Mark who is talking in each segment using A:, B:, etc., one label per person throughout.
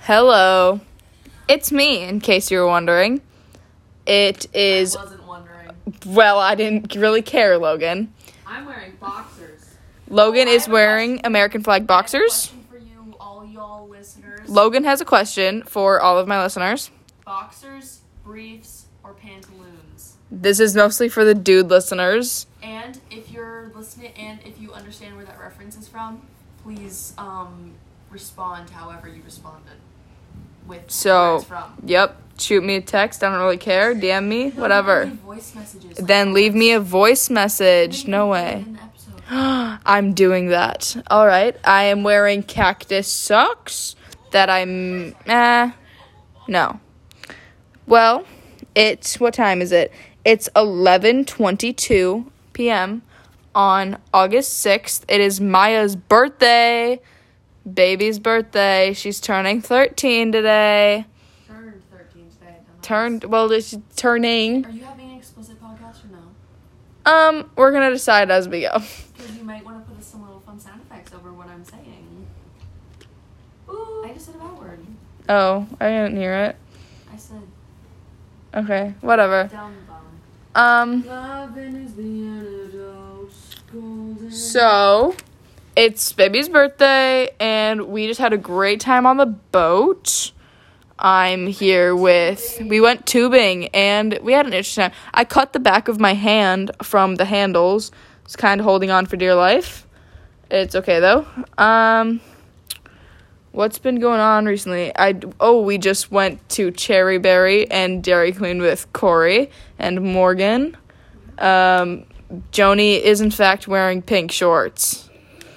A: Hello. It's me, in case you were wondering. It is.
B: wasn't wondering.
A: Well, I didn't really care, Logan.
B: I'm wearing boxers.
A: Logan
B: Oh, I
A: is
B: have a
A: wearing American flag boxers.
B: I have a question for you, all y'all listeners.
A: Logan has a question for all of my listeners.
B: boxers, briefs, or pantaloons.
A: This is mostly for the dude listeners.
B: And if you're listening, and if you understand where that reference is from, please um respond however you responded with where
A: So-
B: it's from.
A: Yep. Shoot me a text. I don't really care. DM me.
B: No,
A: Whatever.
B: leave voice messages.
A: Then leave me a voice message. No way. I'm doing that. All right. I am wearing cactus socks that I'm. Eh. No. Well, it's. What time is it? It's 11.22 p.m. on August 6th. It is Maya's birthday. Baby's birthday. She's turning 13 today.
B: Turned 13 today. dumbass.
A: Turned. Well, she's turning.
B: Are you having an explicit podcast or no?
A: Um, we're going to decide as we go.
B: Because you might want to put some little fun sound effects over what I'm saying. Ooh. I just said a bad word.
A: Oh, I didn't hear it.
B: I said
A: Okay, whatever.
B: down bum.
A: Um.
B: Loving is the antidote. Golden.
A: So, it's baby's birthday, and we just had a great time on the boat. I'm here with. We went tubing, and we had an interesting time. I cut the back of my hand from the handles. It's kind of holding on for dear life. It's okay though. Um, what's been going on recently? I oh, we just went to Cherry Berry and Dairy Queen with Corey and Morgan. Um, Joni is in fact wearing pink shorts.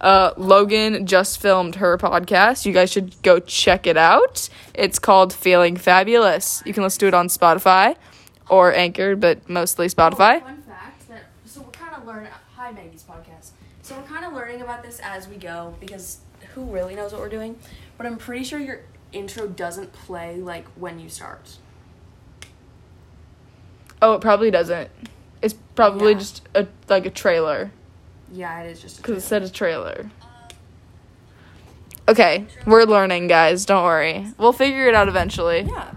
A: uh, Logan just filmed her podcast. You guys should go check it out. It's called Feeling Fabulous. You can listen to it on Spotify or Anchor, but mostly Spotify.
B: Oh, fun fact that so we're kind of learning. Hi, Maggie's podcast. So we're kind of learning about this as we go because who really knows what we're doing? But I'm pretty sure your intro doesn't play like when you start.
A: Oh, it probably doesn't. It's probably
B: Yeah.
A: just a like a trailer
B: Yeah, it is just. a Uh,
A: because it
B: trailer.
A: said a trailer. Okay, we're learning, guys. Don't worry. We'll figure it out eventually.
B: Yeah.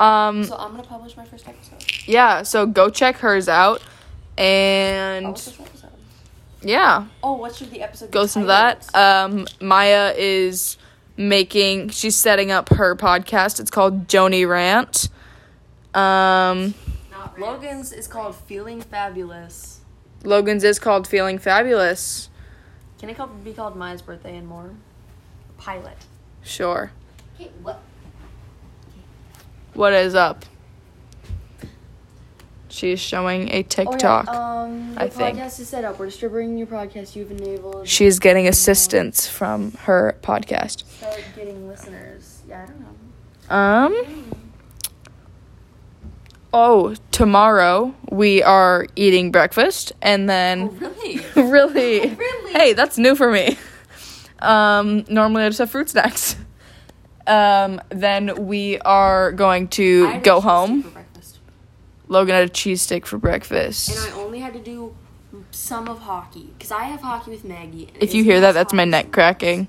A: Um,
B: So I'm gonna publish my first episode.
A: yeah. So go check hers out,
B: Oh,
A: and
B: what's this episode?
A: yeah,
B: Oh, what should the episode? be
A: go listen to
B: titled?
A: that. Um, Maya is making. She's setting up her podcast. It's called Joni Rant. Um,
B: Logan's is called Feeling Fabulous.
A: Logan's is called Feeling Fabulous.
B: Can it called, be called Maya's birthday and more? Pilot.
A: Sure.
C: Hey, what?
A: What is up? She's showing a
B: Oh,
A: TikTok.
C: Um,
A: I think.
C: is set up. We're distributing your podcast. You've enabled.
A: She's getting assistance from her podcast.
C: Start getting listeners. Yeah, I don't know.
A: Um. Oh, tomorrow we are eating breakfast and
B: Oh,
A: then
B: really? Oh,
A: really
B: really?
A: Hey, that's new for me. Um normally I just have fruit snacks. Um then we are going to
B: I had a
A: go
B: cheese
A: home.
B: for breakfast.
A: Logan had a cheese stick for breakfast.
B: And I only had to do some of hockey because I have hockey with Maggie. and
A: If
B: it
A: you
B: is
A: hear that,
B: not
A: that's my
B: hockey.
A: neck cracking.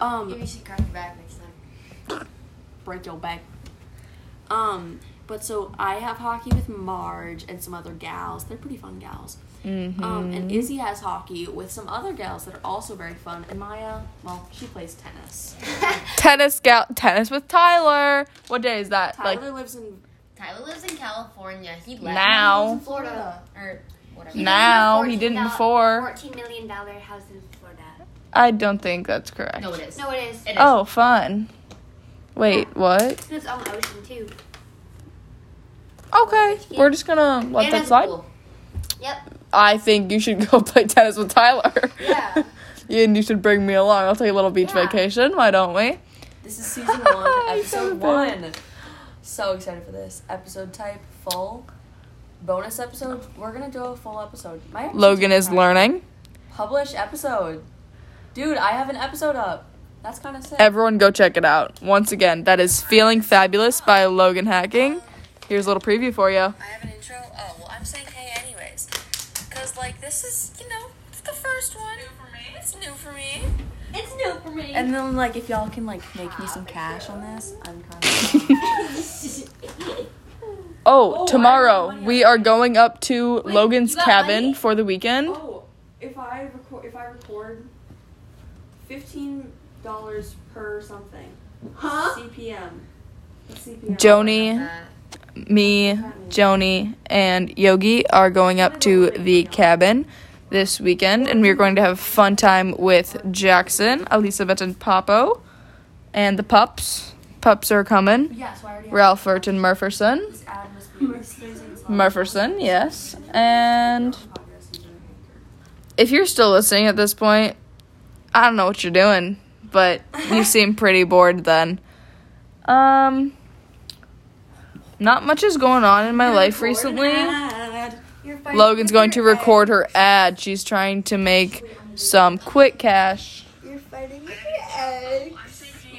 B: Um,
C: should crack your back next time.
B: break your back. Um, but so I have hockey with Marge and some other gals. They're pretty fun gals. Um,
A: Mm-hmm.
B: and Izzy has hockey with some other gals that are also very fun. And Maya, well, she plays tennis.
A: Tennis gal, tennis with Tyler. What day is that?
B: Tyler
A: like
B: lives in
C: Tyler lives in California. He left.
A: Now.
C: He lives in Florida. Or whatever.
A: now, he didn't before.
D: Fourteen million dollar house in Florida.
A: I don't think that's correct.
C: No, it is.
D: No, it is.
C: It is.
A: Oh, fun. Wait, what?
D: It's on the ocean too.
A: Okay, we're just gonna let
C: And
A: that
C: it's
A: slide.
C: cool.
D: Yep.
A: I think you should go play tennis with Tyler.
C: Yeah.
A: and you should bring me along. I'll take a little beach
C: Yeah.
A: vacation. Why don't we?
B: This is season one,
A: He's so
B: episode
A: bad.
B: one. So excited for this episode type full bonus episode. We're gonna do a full episode. My episodes
A: Logan
B: are
A: is
B: crap.
A: learning.
B: Publish episode, dude. I have an episode up. That's kind of sick.
A: Everyone, go check it out. Once again, that is "Feeling Fabulous" by Logan Hacking. Here's a little preview for you.
B: I have an intro. Oh well, I'm saying hey anyways, because
E: was like, this is, you know, it's the first one. It's new for me.
D: It's new for me.
B: And then like if y'all can like make me some cash on this, I'm kind of
A: Oh,
B: Oh, I
A: tomorrow
B: have no
A: we are going up to Logan's
D: you got
A: cabin
D: money?
A: for the weekend.
B: Oh, if I record if I record fifteen dollars per something.
D: huh?
B: CPM. What's CPM.
A: Joni, me, Joni, and Yogi are going up to the cabin this weekend, and we are going to have a fun time with Jackson, Elizabeth, and Papo, and the pups. Pups are coming.
B: Yeah, so I already have
A: Ralphert and Murferson.
B: this ad must be
A: Murferson, yes. And if you're still listening at this point, I don't know what you're doing, but you seem pretty bored then. Um not much is going on in my life recently. Logan's going to record her ad. She's trying to make some quick cash.
D: You're fighting with your egg.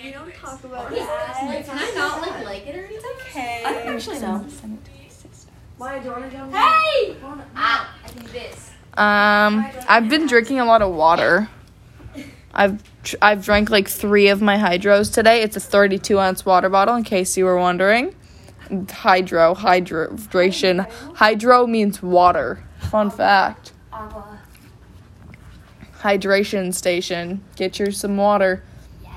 D: We don't talk about that.
C: Can I not like like it or anything?
B: I don't actually know. Why do you want to go?
D: Hey!
C: Ah, I think this.
A: Um I've been drinking a lot of water. I've tr- I've drank like 3 of my hydros today. It's a 32 ounce water bottle in case you were wondering. Hydro, hydration. Hydro means water. Fun fact.
D: Agua.
A: Hydration station. Get your some water.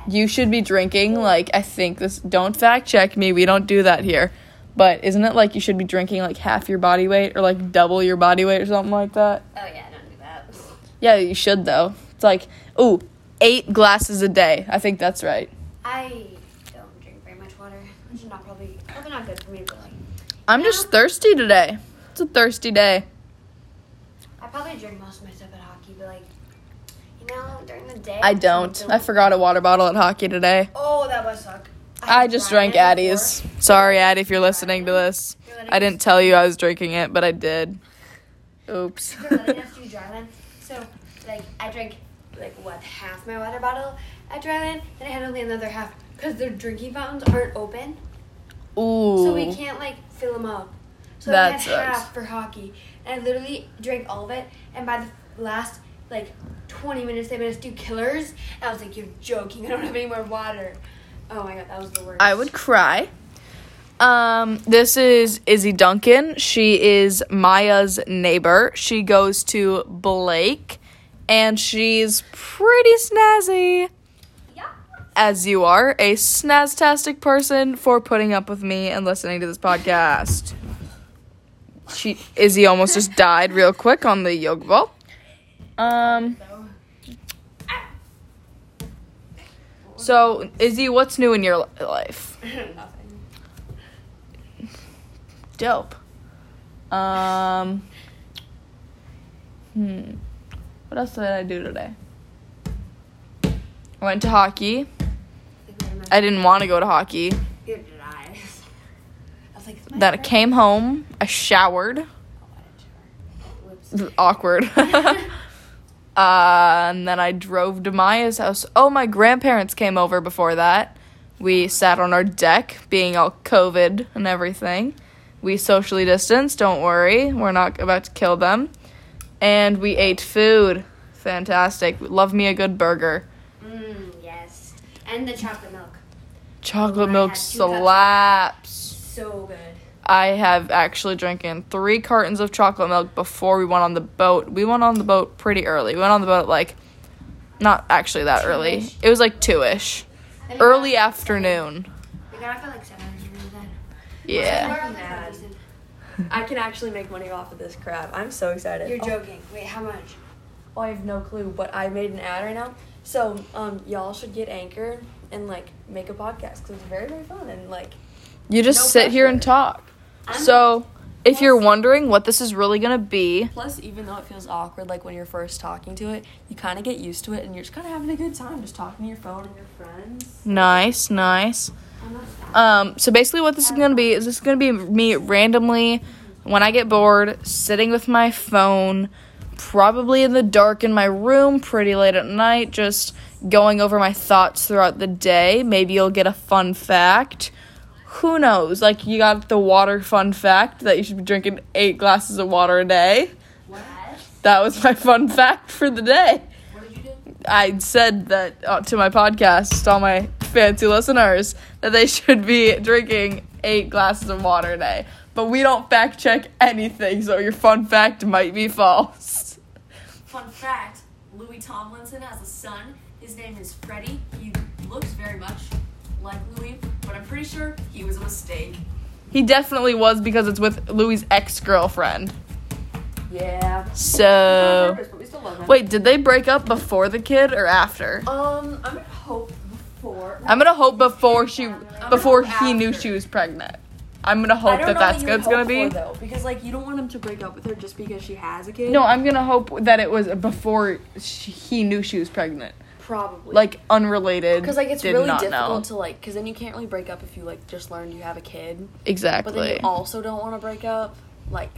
A: You should be drinking like I think this don't fact check me. We don't do that here. But isn't it like you should be drinking like half your body weight or like double your body weight or something like that?
C: Oh yeah, don't do that.
A: Yeah, you should though. It's like, ooh, 8 glasses a day. I think that's right.
D: I don't drink very much water, which is not probably probably not good for me. But like,
A: I'm just thirsty today. It's a thirsty day.
D: I probably drink most of my stuff at hockey, but like, you know, during the day.
A: I don't. I forgot a water bottle at hockey today.
D: Oh, that was suck.
A: I just drank Addie's. Sorry, Addie, if you're listening to this. I didn't tell you I was drinking it, but I did. Oops.
D: after you dryland. So, like, I drank like what half my water bottle at dryland, and I had only another half because their drinking fountains aren't open, so we
A: Ooh.
D: can't like fill them up. So
A: That
D: I had
A: sucks.
D: half for hockey, and I literally drank all of it. And by the last like 20 minutes, they made us do killers, and I was like, "You're joking! I don't have any more water." Oh my god, that was the worst.
A: I would cry. Um, this is Izzy Duncan. She is Maya's neighbor. She goes to Blake, and she's pretty snazzy. As you are, a snaztastic person for putting up with me and listening to this podcast. She Izzy almost just died real quick on the yoga ball. Um. So Izzy, what's new in your li- life?
B: Nothing.
A: Dope. Um. Hmm. What else did I do today? I went to hockey. I didn't want to go to hockey.
B: Neither did I. I was like, it's my
A: Then I came home. I showered. Awkward. uh, and then I drove to Maya's house. Oh, my grandparents came over before that. We sat on our deck, being all COVID and everything. We socially distanced. Don't worry, we're not about to kill them. And we ate food. Fantastic. Love me a good burger.
D: Mm, yes, and the chocolate milk,
A: Chocolate milk
D: two cups.
A: slaps.
D: so good.
A: I have actually drinking three cartons of chocolate milk before we went on the boat. We went on the boat pretty early. We went on the boat like not actually that early. It was like two ish.
D: And we
A: Early
D: got-
A: afternoon.
D: We got off at like seven. and we were done.
A: Yeah.
D: We're on there for a
B: Mad.
D: reason.
B: I can actually make money off of this crap. I'm so excited.
D: You're
B: Oh,
D: joking. Wait, how much?
B: Oh, I have no clue, but I made an ad right now. So, um, y'all should get Anchor and like make a podcast because it's very, very fun and like
A: You just
B: No
A: sit here and
B: pressure.
A: talk. So if you're wondering what this is really gonna be,
B: Plus, even though it feels awkward, like when you're first talking to it, you kind of get used to it, and you're just kind of having a good time, just talking to your phone and your friends.
A: nice, nice. Um, so basically, what this is gonna be is this is gonna be me randomly, when I get bored, sitting with my phone, probably in the dark in my room, pretty late at night, just going over my thoughts throughout the day. Maybe you'll get a fun fact. Who knows? Like you got the water fun fact that you should be drinking eight glasses of water a day.
C: What?
A: that was my fun fact for the day.
B: What did you do?
A: I said that uh, to my podcast, to all my fancy listeners, that they should be drinking eight glasses of water a day. But we don't fact check anything, so your fun fact might be false.
B: Fun fact: Louis Tomlinson has a son. His name is Freddie. He looks very much like Louis, but I'm pretty sure he was a mistake.
A: He definitely was because it's with Louis' ex girlfriend.
B: Yeah.
A: So.
B: but we still love him.
A: Oh. Wait, did they break up before the kid or after?
B: Um, I'm gonna hope before.
A: I'm gonna hope before she,
B: gonna
A: before
B: hope
A: he knew
B: after.
A: she was pregnant. I'm gonna
B: I
A: hope
B: don't
A: that
B: know
A: that's
B: what
A: good.
B: you
A: It's gonna
B: hope
A: be.
B: for, though, because like you don't want him to break up with her just because she has a kid.
A: No, I'm gonna hope that it was before she, he knew she was pregnant.
B: probably
A: Like unrelated.
B: because like it's
A: did
B: really
A: not
B: difficult
A: know.
B: to like because then you can't really break up if you like just learned you have a kid. But then
A: Exactly.
B: you also don't want to break up. Like,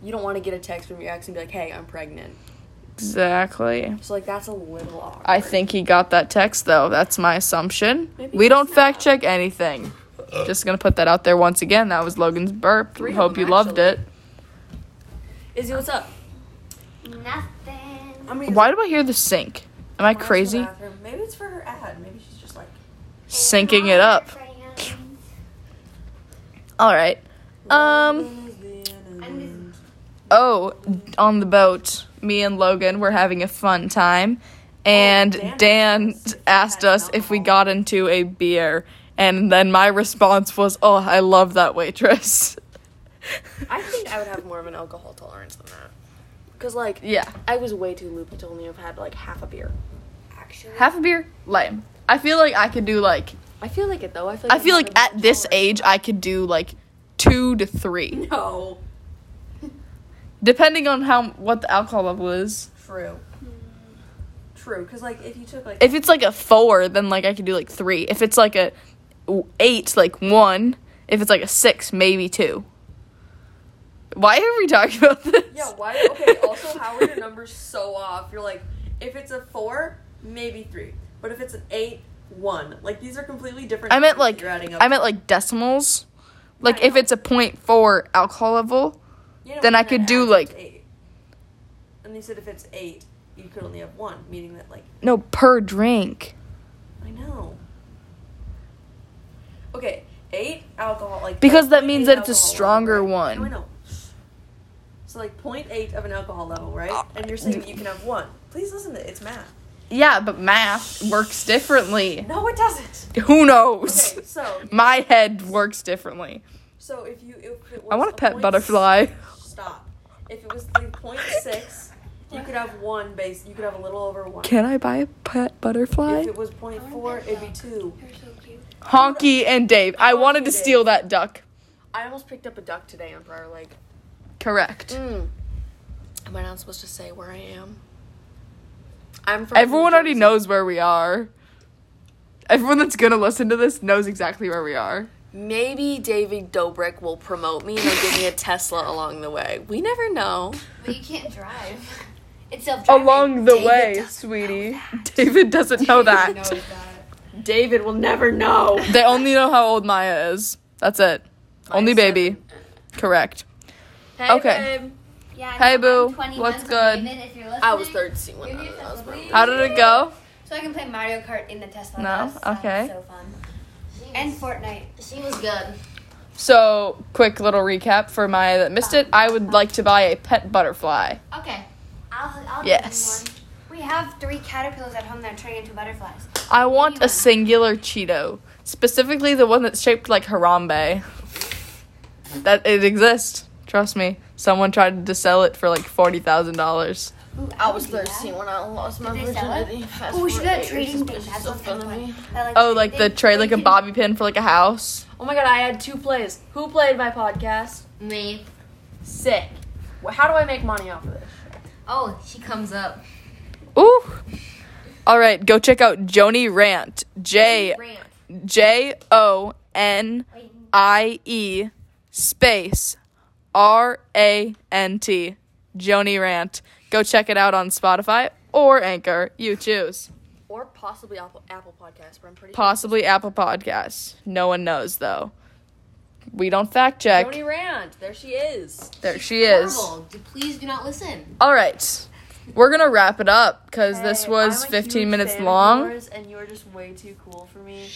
B: you don't want to get a text from your ex and be like, "Hey, I'm pregnant."
A: Exactly.
B: So like that's a little awkward.
A: I think he got that text though. That's my assumption.
B: Maybe
A: we
B: he's
A: don't
B: not.
A: fact check anything. Just gonna put that out there once again. That was Logan's burp.
B: Three of
A: Hope
B: them,
A: you loved
B: actually.
A: it.
B: Izzy, what's up?
C: Nothing.
B: I'm gonna use
A: Why do I hear the sink? Am I
B: the
A: crazy?
B: bathroom. Maybe it's for her ad. Maybe she's just like.
A: Syncing it up. All right. Um.
C: I'm just,
A: Oh, on the boat, me and Logan were having a fun time, and
B: Oh, Dan
A: Dan
B: asked us if we
A: asked
B: had
A: us if we
B: alcohol.
A: got into a beer, and then my response was, "Oh, I love that waitress."
B: I think I would have more of an alcohol tolerance than that. Cause like
A: Yeah,
B: I was way too loopy to only have had like half a beer.
D: Actually,
A: half a beer, lame. I feel like I could do like
B: I feel like it though. I feel.
A: I feel
B: I'm
A: like
B: not
A: at this
B: really
A: age I could do like two to three,
B: tolerant. No.
A: depending on how what the alcohol level is.
B: True. Hmm. True. Cause like if you took like.
A: If it's like a four, then like I could do like three. If it's like a eight, like one. If it's like a six, maybe two. Why are we talking about this?
B: yeah. Why? Okay. Also, how are your numbers so off? You're like, if it's a four, maybe three, but if it's an eight, one. Like these are completely different.
A: I meant
B: numbers
A: like
B: you're adding up.
A: I meant like decimals. Like
B: I
A: if
B: know.
A: it's a point four alcohol level,
B: You know,
A: then I
B: and
A: could do,
B: add
A: like-
B: it to eight. And they said if it's eight, you could only have one, meaning that like
A: no per drink.
B: I know. Okay, eight alcohol like
A: Because that
B: 0.8
A: means that it's a
B: alcohol level,
A: stronger
B: right?
A: one.
B: No, I know. So like 0.8 of an alcohol level,
A: Uh,
B: right? And you're saying you can have one. Please listen to it's math.
A: Yeah, but math works differently.
B: No, it doesn't.
A: Who knows?
B: Okay, so
A: My head works differently.
B: so if you if it was
A: I want a pet
B: point
A: butterfly.
B: s- Stop. If it was like 0.6, you could have one base. You could have a little over one.
A: Can I buy a pet butterfly?
B: If it was 0.4, it'd be two.
D: you're so cute.
A: Honky and Dave. I
B: Honky
A: wanted to
B: Dave.
A: steal that duck.
B: I almost picked up a duck today on Prior Lake.
A: Correct.
B: Mm. Am I not supposed to say where I am? I'm from.
A: Everyone
B: New
A: already
B: Jersey.
A: knows where we are. Everyone that's gonna listen to this knows exactly where we are.
B: Maybe David Dobrik will promote me and he'll give me a Tesla along the way. We never know.
C: but you can't drive.
D: It's self
A: Along the
B: David
A: way,
B: doesn't
A: sweetie. David doesn't know that.
B: David will never know.
A: They only know how old Maya is. That's it. only baby. Correct.
B: Hey,
A: Okay.
B: babe.
C: Yeah,
A: Hey,
C: no,
A: boo.
C: I'm 21,
A: What's
C: so
A: good?
C: David, if you're listening,
B: Um, I was 13 when
C: you're
B: I
C: here to
B: was.
C: please.
A: How did it go?
D: So I can play Mario Kart in the Tesla.
A: No?
D: That sounds
A: Okay.
D: So fun.
C: She was-
D: And Fortnite.
C: she was good.
A: So, quick little recap for Maya that missed it. I would like to buy a pet butterfly.
C: Okay.
D: I'll, I'll give
A: Yes.
D: you one. We have three caterpillars at home that are turning into butterflies.
A: I want a singular Cheeto, specifically the one that's shaped like Harambe. That it exists. Trust me. Someone tried to sell it for like forty thousand dollars.
D: Ooh,
B: I was 13 when I lost my
D: Did they sell it?
B: virginity. Fast
D: Oh, we
B: forward
D: should do that
B: eight
D: trading
B: years,
D: thing.
B: bitch,
D: That's
B: so
D: so fun
B: fun.
A: Oh, like the trade like a bobby pin for like a house.
B: Oh my god, I had two plays. Who played my podcast?
C: Me.
B: Sick. Well, how do I make money off of this?
C: Oh, she comes up.
A: Ooh. All right, go check out Joni Rant. J
C: Rant.
A: J O N
C: Wait,
A: I E space R A N T. Joni Rant. Go check it out on Spotify or Anchor. You choose.
B: Or possibly Apple, Apple Podcast, but I'm pretty
A: Possibly Apple Podcasts. No one knows though. We don't fact check.
B: Joni Rand, there she is.
A: There she is.
C: Horrible. Do- Please do not listen.
A: All right. We're going to wrap it up because this
B: Hey,
A: was
B: I'm a
A: 15
B: huge
A: minutes
B: fan of
A: long.
B: yours, and you are just way too cool for me.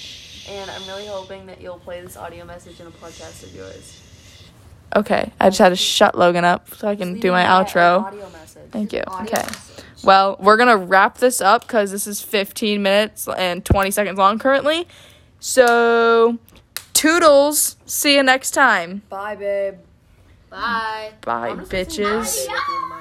B: And I'm really hoping that you'll play this audio message in a podcast of yours.
A: Okay. I just had to shut Logan up so I can
B: Leave
A: do my
B: me an
A: outro.
B: Audio message.
A: Thank you.
C: Audio
A: Okay.
C: message.
A: Well, we're going to wrap this up because this is 15 minutes and 20 seconds long currently. So, toodles. See you next time.
B: Bye, babe.
C: Bye.
A: Bye,
B: I'm just gonna say
A: bitches.
B: bye, babe, through the